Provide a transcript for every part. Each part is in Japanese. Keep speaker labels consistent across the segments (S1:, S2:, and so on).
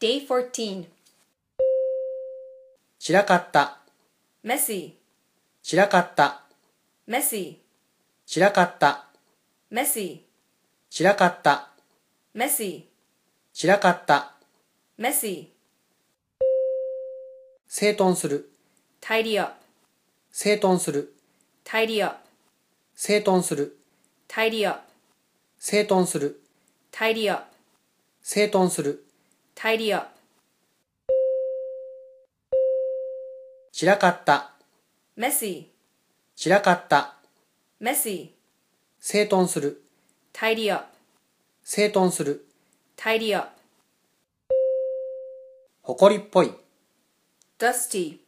S1: Day 14.
S2: 散らかった、
S1: Messy,
S2: 散らかった、
S1: messy,
S2: 散らかった、
S1: messy,
S2: 散らかった、
S1: messy,
S2: 散らかった、
S1: messy.
S2: 整頓する、
S1: Tidy up,
S2: 整頓する、
S1: tidy up,
S2: 整頓する、
S1: tidy up,
S2: 整頓する、
S1: tidy up,
S2: 整頓する、
S1: tidy up.
S2: 散らかった、
S1: Messy,
S2: 散らかった、
S1: messy,
S2: 整頓する、
S1: tidy up,
S2: 整頓する、
S1: tidy up.
S2: 埃っぽい、
S1: Dusty,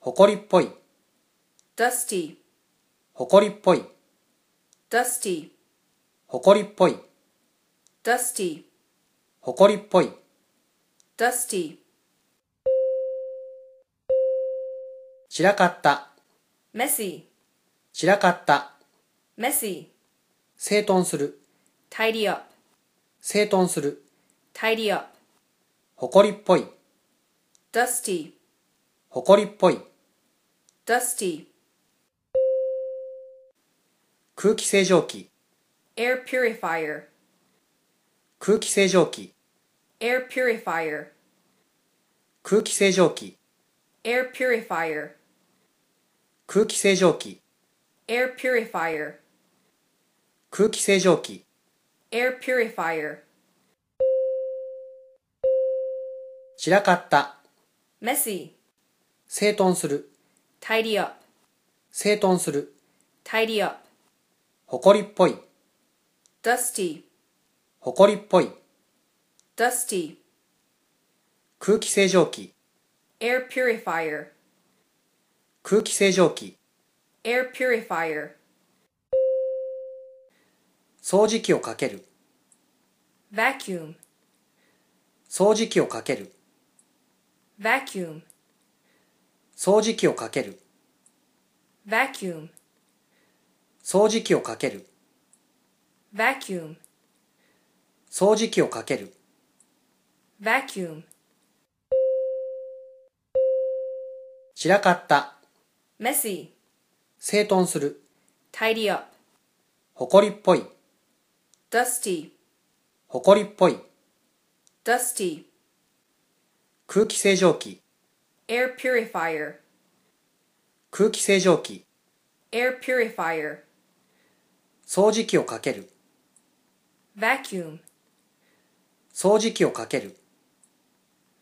S2: 埃っぽい、
S1: dusty,
S2: 埃っぽい、
S1: dusty,
S2: 埃っぽい、
S1: dusty,
S2: 埃っぽい、
S1: dusty.
S2: 散らかった、
S1: Messy,
S2: 散らかった、
S1: messy,
S2: 整頓する、
S1: tidy up,
S2: 整頓する、
S1: tidy up,
S2: 埃っぽい、
S1: dusty,
S2: 埃っぽい、
S1: dusty.
S2: 空気清浄機、
S1: Air purifier,
S2: 空気清浄機、
S1: air purifier,
S2: 空気清浄機、
S1: air purifier,
S2: 空気清浄機、
S1: air purifier,
S2: 空気清浄機、
S1: air purifier.
S2: 散らかった、
S1: Messy,
S2: 整頓する、
S1: tidy up,
S2: 整頓する、
S1: tidy up,
S2: 埃っぽい、
S1: dusty,
S2: 埃っぽい、
S1: dusty,
S2: 空気清浄機、
S1: air purifier,
S2: 空気清浄機、
S1: air purifier,
S2: 掃除機をかける、
S1: vacuum,
S2: 掃除機をかける、
S1: vacuum,
S2: 掃除機をかける、
S1: vacuum,
S2: 掃除機をかける、
S1: vacuum,
S2: 掃除機をかける、
S1: vacuum.
S2: 散らかった、
S1: Messy,
S2: 整頓する、
S1: tidy up,
S2: 埃っぽい、
S1: dusty,
S2: 埃っぽい、
S1: dusty,
S2: 空気清浄機、
S1: air purifier,
S2: 空気清浄機、
S1: air purifier,
S2: 掃除機をかける、
S1: vacuum,
S2: 掃除機をかける、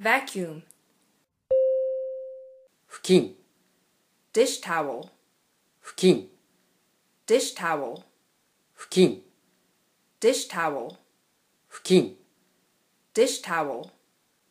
S1: vacuum,
S2: 布巾、
S1: dish towel,
S2: 布巾、
S1: dish towel,
S2: 布巾、
S1: dish towel,
S2: 布巾、
S1: dish towel,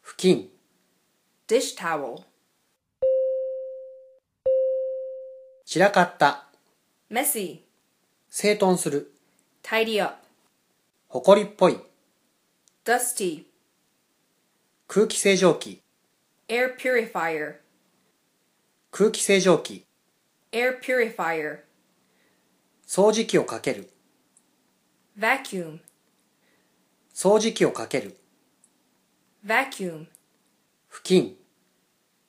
S2: 布巾、
S1: dish towel.
S2: 散らかった、
S1: Messy,
S2: 整頓する、
S1: tidy up,
S2: 埃っぽい、
S1: dusty,
S2: 空気清浄機、
S1: air purifier,
S2: 空気清浄機、
S1: air purifier,
S2: 掃除機をかける、
S1: vacuum,
S2: 掃除機をかける、
S1: vacuum,
S2: 布巾、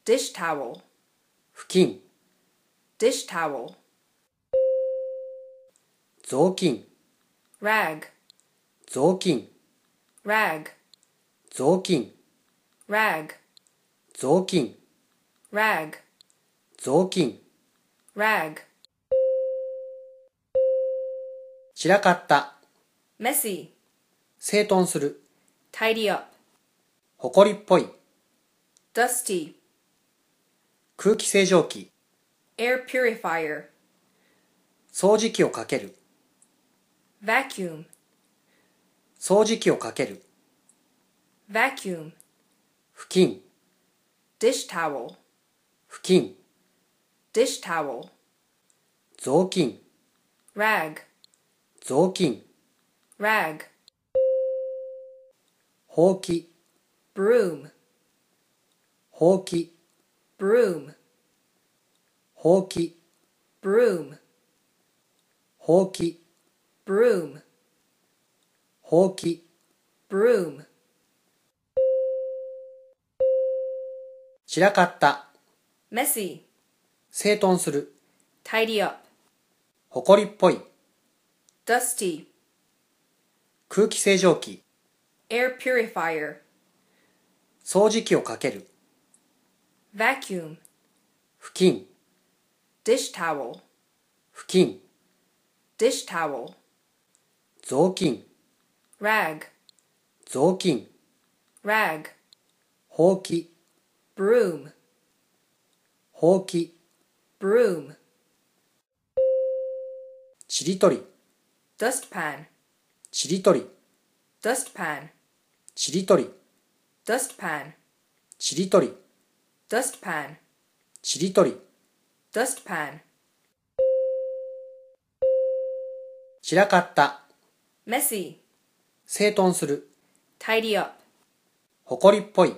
S1: dish towel,
S2: 布巾、
S1: dish towel,
S2: 雑巾、
S1: rag,
S2: 雑巾、
S1: rag,
S2: 雑巾、
S1: rag,
S2: 雑巾、
S1: rag,
S2: 雑巾、
S1: rag.
S2: 散らかった、
S1: Messy,
S2: 整頓する、
S1: tidy up,
S2: 埃っぽい、
S1: dusty,
S2: 空気清浄機、
S1: air purifier,
S2: 掃除機をかける、
S1: vacuum,
S2: 掃除機をかける、
S1: vacuum,
S2: 布巾、
S1: dish towel,
S2: 布巾、
S1: dish towel,
S2: 雑巾、
S1: rag,
S2: 雑巾、
S1: rag,
S2: ほうき、
S1: broom,
S2: ほうき、
S1: broom,
S2: ほうき、
S1: broom,
S2: ほうき、
S1: broom,
S2: ほうき、
S1: broom.
S2: 散らかった、
S1: messy,
S2: 整頓する、
S1: tidy up,
S2: 埃っぽい、
S1: dusty,
S2: 空気清浄機、
S1: air purifier,
S2: 掃除機をかける、
S1: vacuum,
S2: 布巾、
S1: dish towel,
S2: 布巾、
S1: dish towel,
S2: 雑巾、
S1: rag,
S2: 雑巾、
S1: rag,
S2: ほうき、
S1: broom,
S2: ほうき、
S1: broom,
S2: ちりとり、
S1: dustpan,
S2: ちりとり、
S1: dustpan,
S2: ちりとり、
S1: dustpan,
S2: ちりとり、
S1: dustpan,
S2: ちりとり、
S1: dustpan,
S2: 散らかった、
S1: messy,
S2: 整頓する、
S1: tidy up,
S2: 埃っぽい、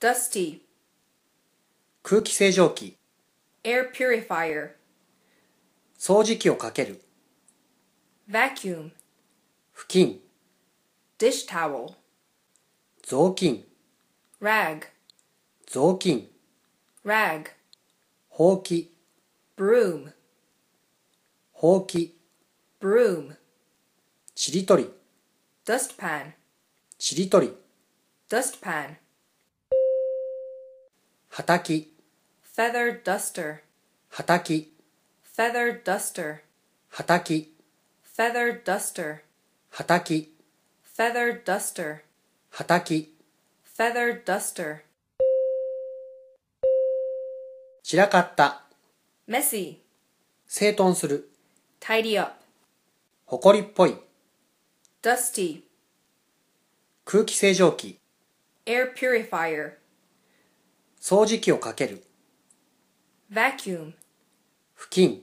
S1: dusty,
S2: 空気清浄機、
S1: air purifier,
S2: 掃除機をかける、
S1: vacuum,
S2: 布巾、
S1: dish towel,
S2: 雑巾、
S1: rag,
S2: 雑巾、
S1: rag,
S2: ほうき、
S1: broom,
S2: ほうき、
S1: broom,
S2: ちりとり、
S1: dustpan,
S2: ちりとり、
S1: dustpan,
S2: はたき、
S1: feather duster,
S2: はたき、
S1: feather duster,
S2: はたき、
S1: feather duster,
S2: はたき、
S1: feather duster,
S2: はたき、
S1: feather duster,
S2: 散らかった、
S1: messy,
S2: 整頓する、
S1: tidy up,
S2: 埃っぽい、
S1: dusty,
S2: 空気清浄機、
S1: air purifier,
S2: 掃除機をかける、
S1: vacuum,
S2: 布巾、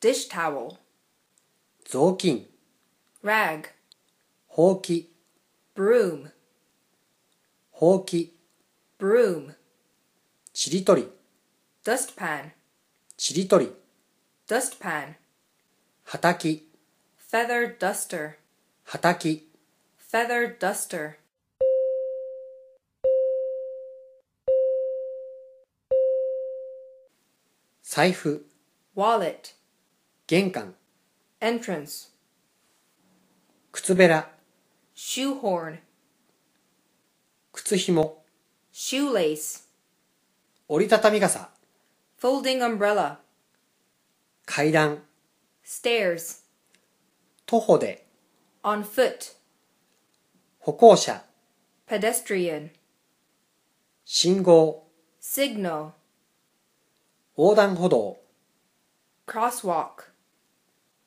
S1: dish towel,
S2: 雑巾、
S1: rag,
S2: ほうき、
S1: broom,
S2: ほうき、
S1: broom,
S2: ちりとり、
S1: dustpan,
S2: ちりとり、
S1: dustpan,
S2: はたき、
S1: feather duster,
S2: はたき、
S1: feather duster,
S2: 財布、
S1: wallet,
S2: 玄関、
S1: entrance,
S2: 靴べら、
S1: shoehorn,
S2: 靴ひも、
S1: shoelace,
S2: 折りたたみ傘、
S1: folding umbrella,
S2: 階段、
S1: stairs,
S2: 徒歩で、
S1: on foot,
S2: 歩行者、
S1: pedestrian,
S2: 信号、
S1: signal,
S2: 横断歩道、
S1: crosswalk,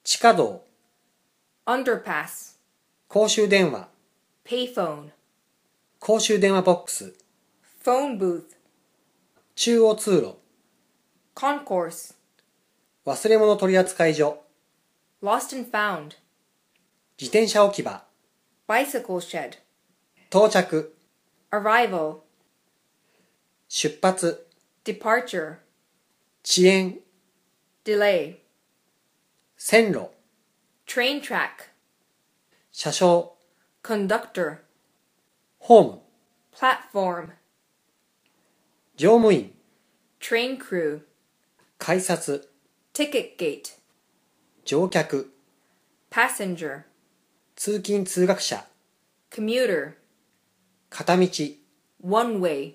S2: 地下道、
S1: underpass,
S2: 公衆電話、
S1: payphone,
S2: 公衆電話ボックス、
S1: phone booth,
S2: 中央通路、
S1: concourse,
S2: 忘れ物取扱所、
S1: lost and found,
S2: 自転車置き場、
S1: bicycle shed,
S2: 到着、
S1: arrival,
S2: 出発、
S1: departure,
S2: 遅延、
S1: delay,
S2: 線路、
S1: train track,
S2: 車掌、
S1: conductor,
S2: ホーム、
S1: platform,
S2: 乗務員、
S1: train crew,
S2: 改札、
S1: ticket gate,
S2: 乗客、
S1: passenger,
S2: 通勤通学者、
S1: commuter,
S2: 片道、
S1: one way,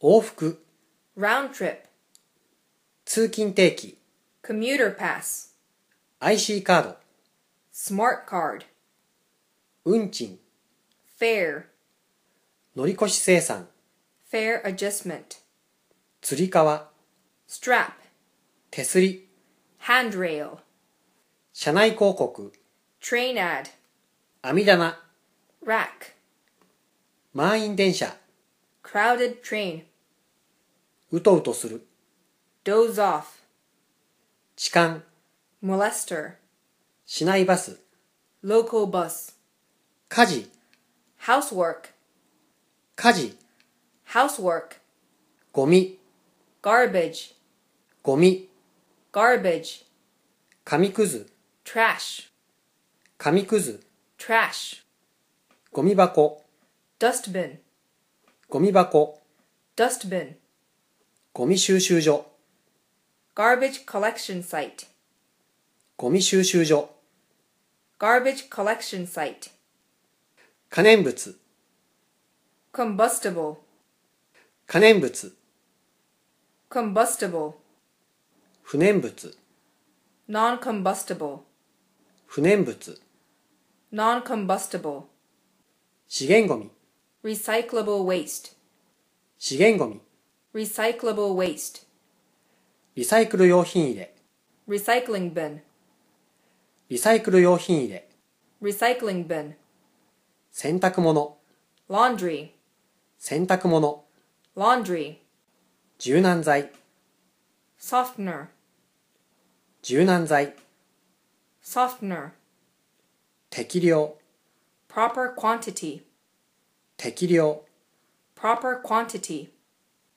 S2: 往復、
S1: round trip,
S2: 通勤定期、
S1: commuter pass,
S2: IC カード、
S1: smart card,
S2: 運賃、
S1: fare,
S2: 乗り越し生産、
S1: fare adjustment,
S2: 釣り革、
S1: strap,
S2: 手すり、
S1: handrail,
S2: 車内広告、
S1: train ad,
S2: 網棚、
S1: rack,
S2: 満員電車、
S1: crowded train,
S2: うとうとする、
S1: doze off,
S2: 痴漢、
S1: molester,
S2: 市内バス、
S1: local bus,
S2: 火事、
S1: housework,
S2: 火事、
S1: housework,
S2: ゴミ、
S1: garbage,
S2: ゴミ、
S1: garbage,
S2: 紙くず、
S1: trash,
S2: 紙くず、
S1: trash,
S2: ゴミ箱、
S1: dustbin,
S2: ゴミ箱、
S1: dustbin,
S2: ゴミ収集所、
S1: garbage collection site,
S2: ゴミ収集所、
S1: garbage collection site,
S2: 可燃物、
S1: combustible,
S2: 可燃物、
S1: combustible,
S2: 不燃物、
S1: non-combustible,
S2: 不燃物、
S1: non-combustible,
S2: 資源ゴミ、
S1: recyclable waste,
S2: 資源ゴミ、
S1: recyclable waste,
S2: リサイクル用品入れ、
S1: recycling bin,
S2: リサイクル用品入れ、
S1: recycling bin,
S2: 洗濯物、
S1: laundry,
S2: 洗濯物、
S1: laundry,
S2: 柔軟剤、
S1: softener,
S2: 柔軟剤、
S1: softener,
S2: 適量、
S1: proper quantity,
S2: 適量、
S1: proper quantity,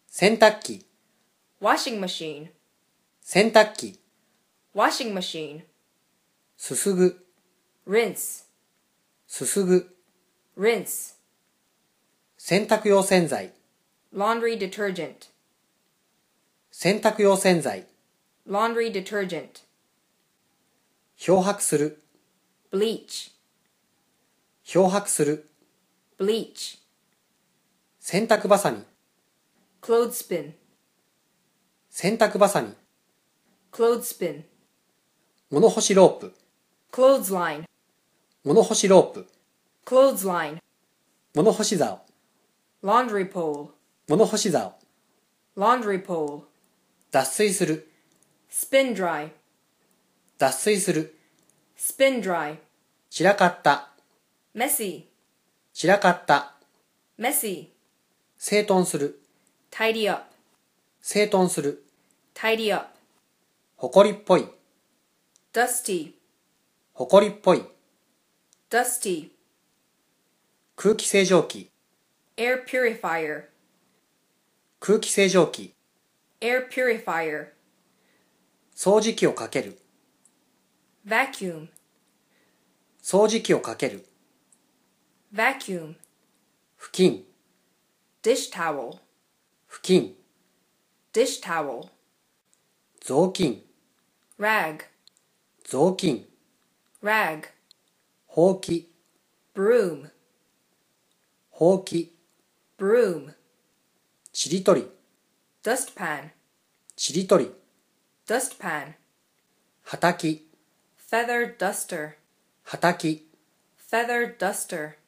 S2: 洗濯機、
S1: washing machine,
S2: 洗濯機、
S1: washing machine,
S2: すすぐ、
S1: rinse,
S2: すすぐ、
S1: rinse,
S2: 洗濯用洗剤、
S1: laundry detergent,
S2: 洗濯用洗剤、
S1: laundry detergent,
S2: 漂白する、
S1: bleach,
S2: 漂白する、
S1: bleach,
S2: 洗濯バサミ、
S1: clothespin,
S2: 洗濯バサミ、
S1: clothespin,
S2: 物干しロープ、
S1: clothesline,
S2: 物干しロープ、
S1: clothesline,
S2: 物干し竿、
S1: laundry pole,
S2: 物干し竿、
S1: laundry pole,
S2: 脱水する、
S1: spin dry,
S2: 脱水する、
S1: spin dry,
S2: 散らかった、
S1: messy,
S2: 散らかった、
S1: messy,
S2: 整頓する、
S1: tidy up,
S2: 整頓する、
S1: tidy up,
S2: 埃っぽい、
S1: dusty,
S2: 埃っぽい、
S1: dusty,
S2: 空気清浄機、
S1: air purifier,
S2: 空気清浄機、
S1: air purifier,
S2: 掃除機をかける、
S1: vacuum,
S2: 掃除機をかける、
S1: vacuum,
S2: 布巾、
S1: dish towel,
S2: 布巾、
S1: dish towel,
S2: 雑巾、
S1: rag,
S2: 雑巾、
S1: rag,
S2: ほうき、
S1: broom,
S2: ほうき、
S1: broom,
S2: ちりとり、
S1: dustpan,
S2: ちりとり、
S1: dustpan,
S2: はたき、
S1: feather duster,
S2: はたき、
S1: feather duster,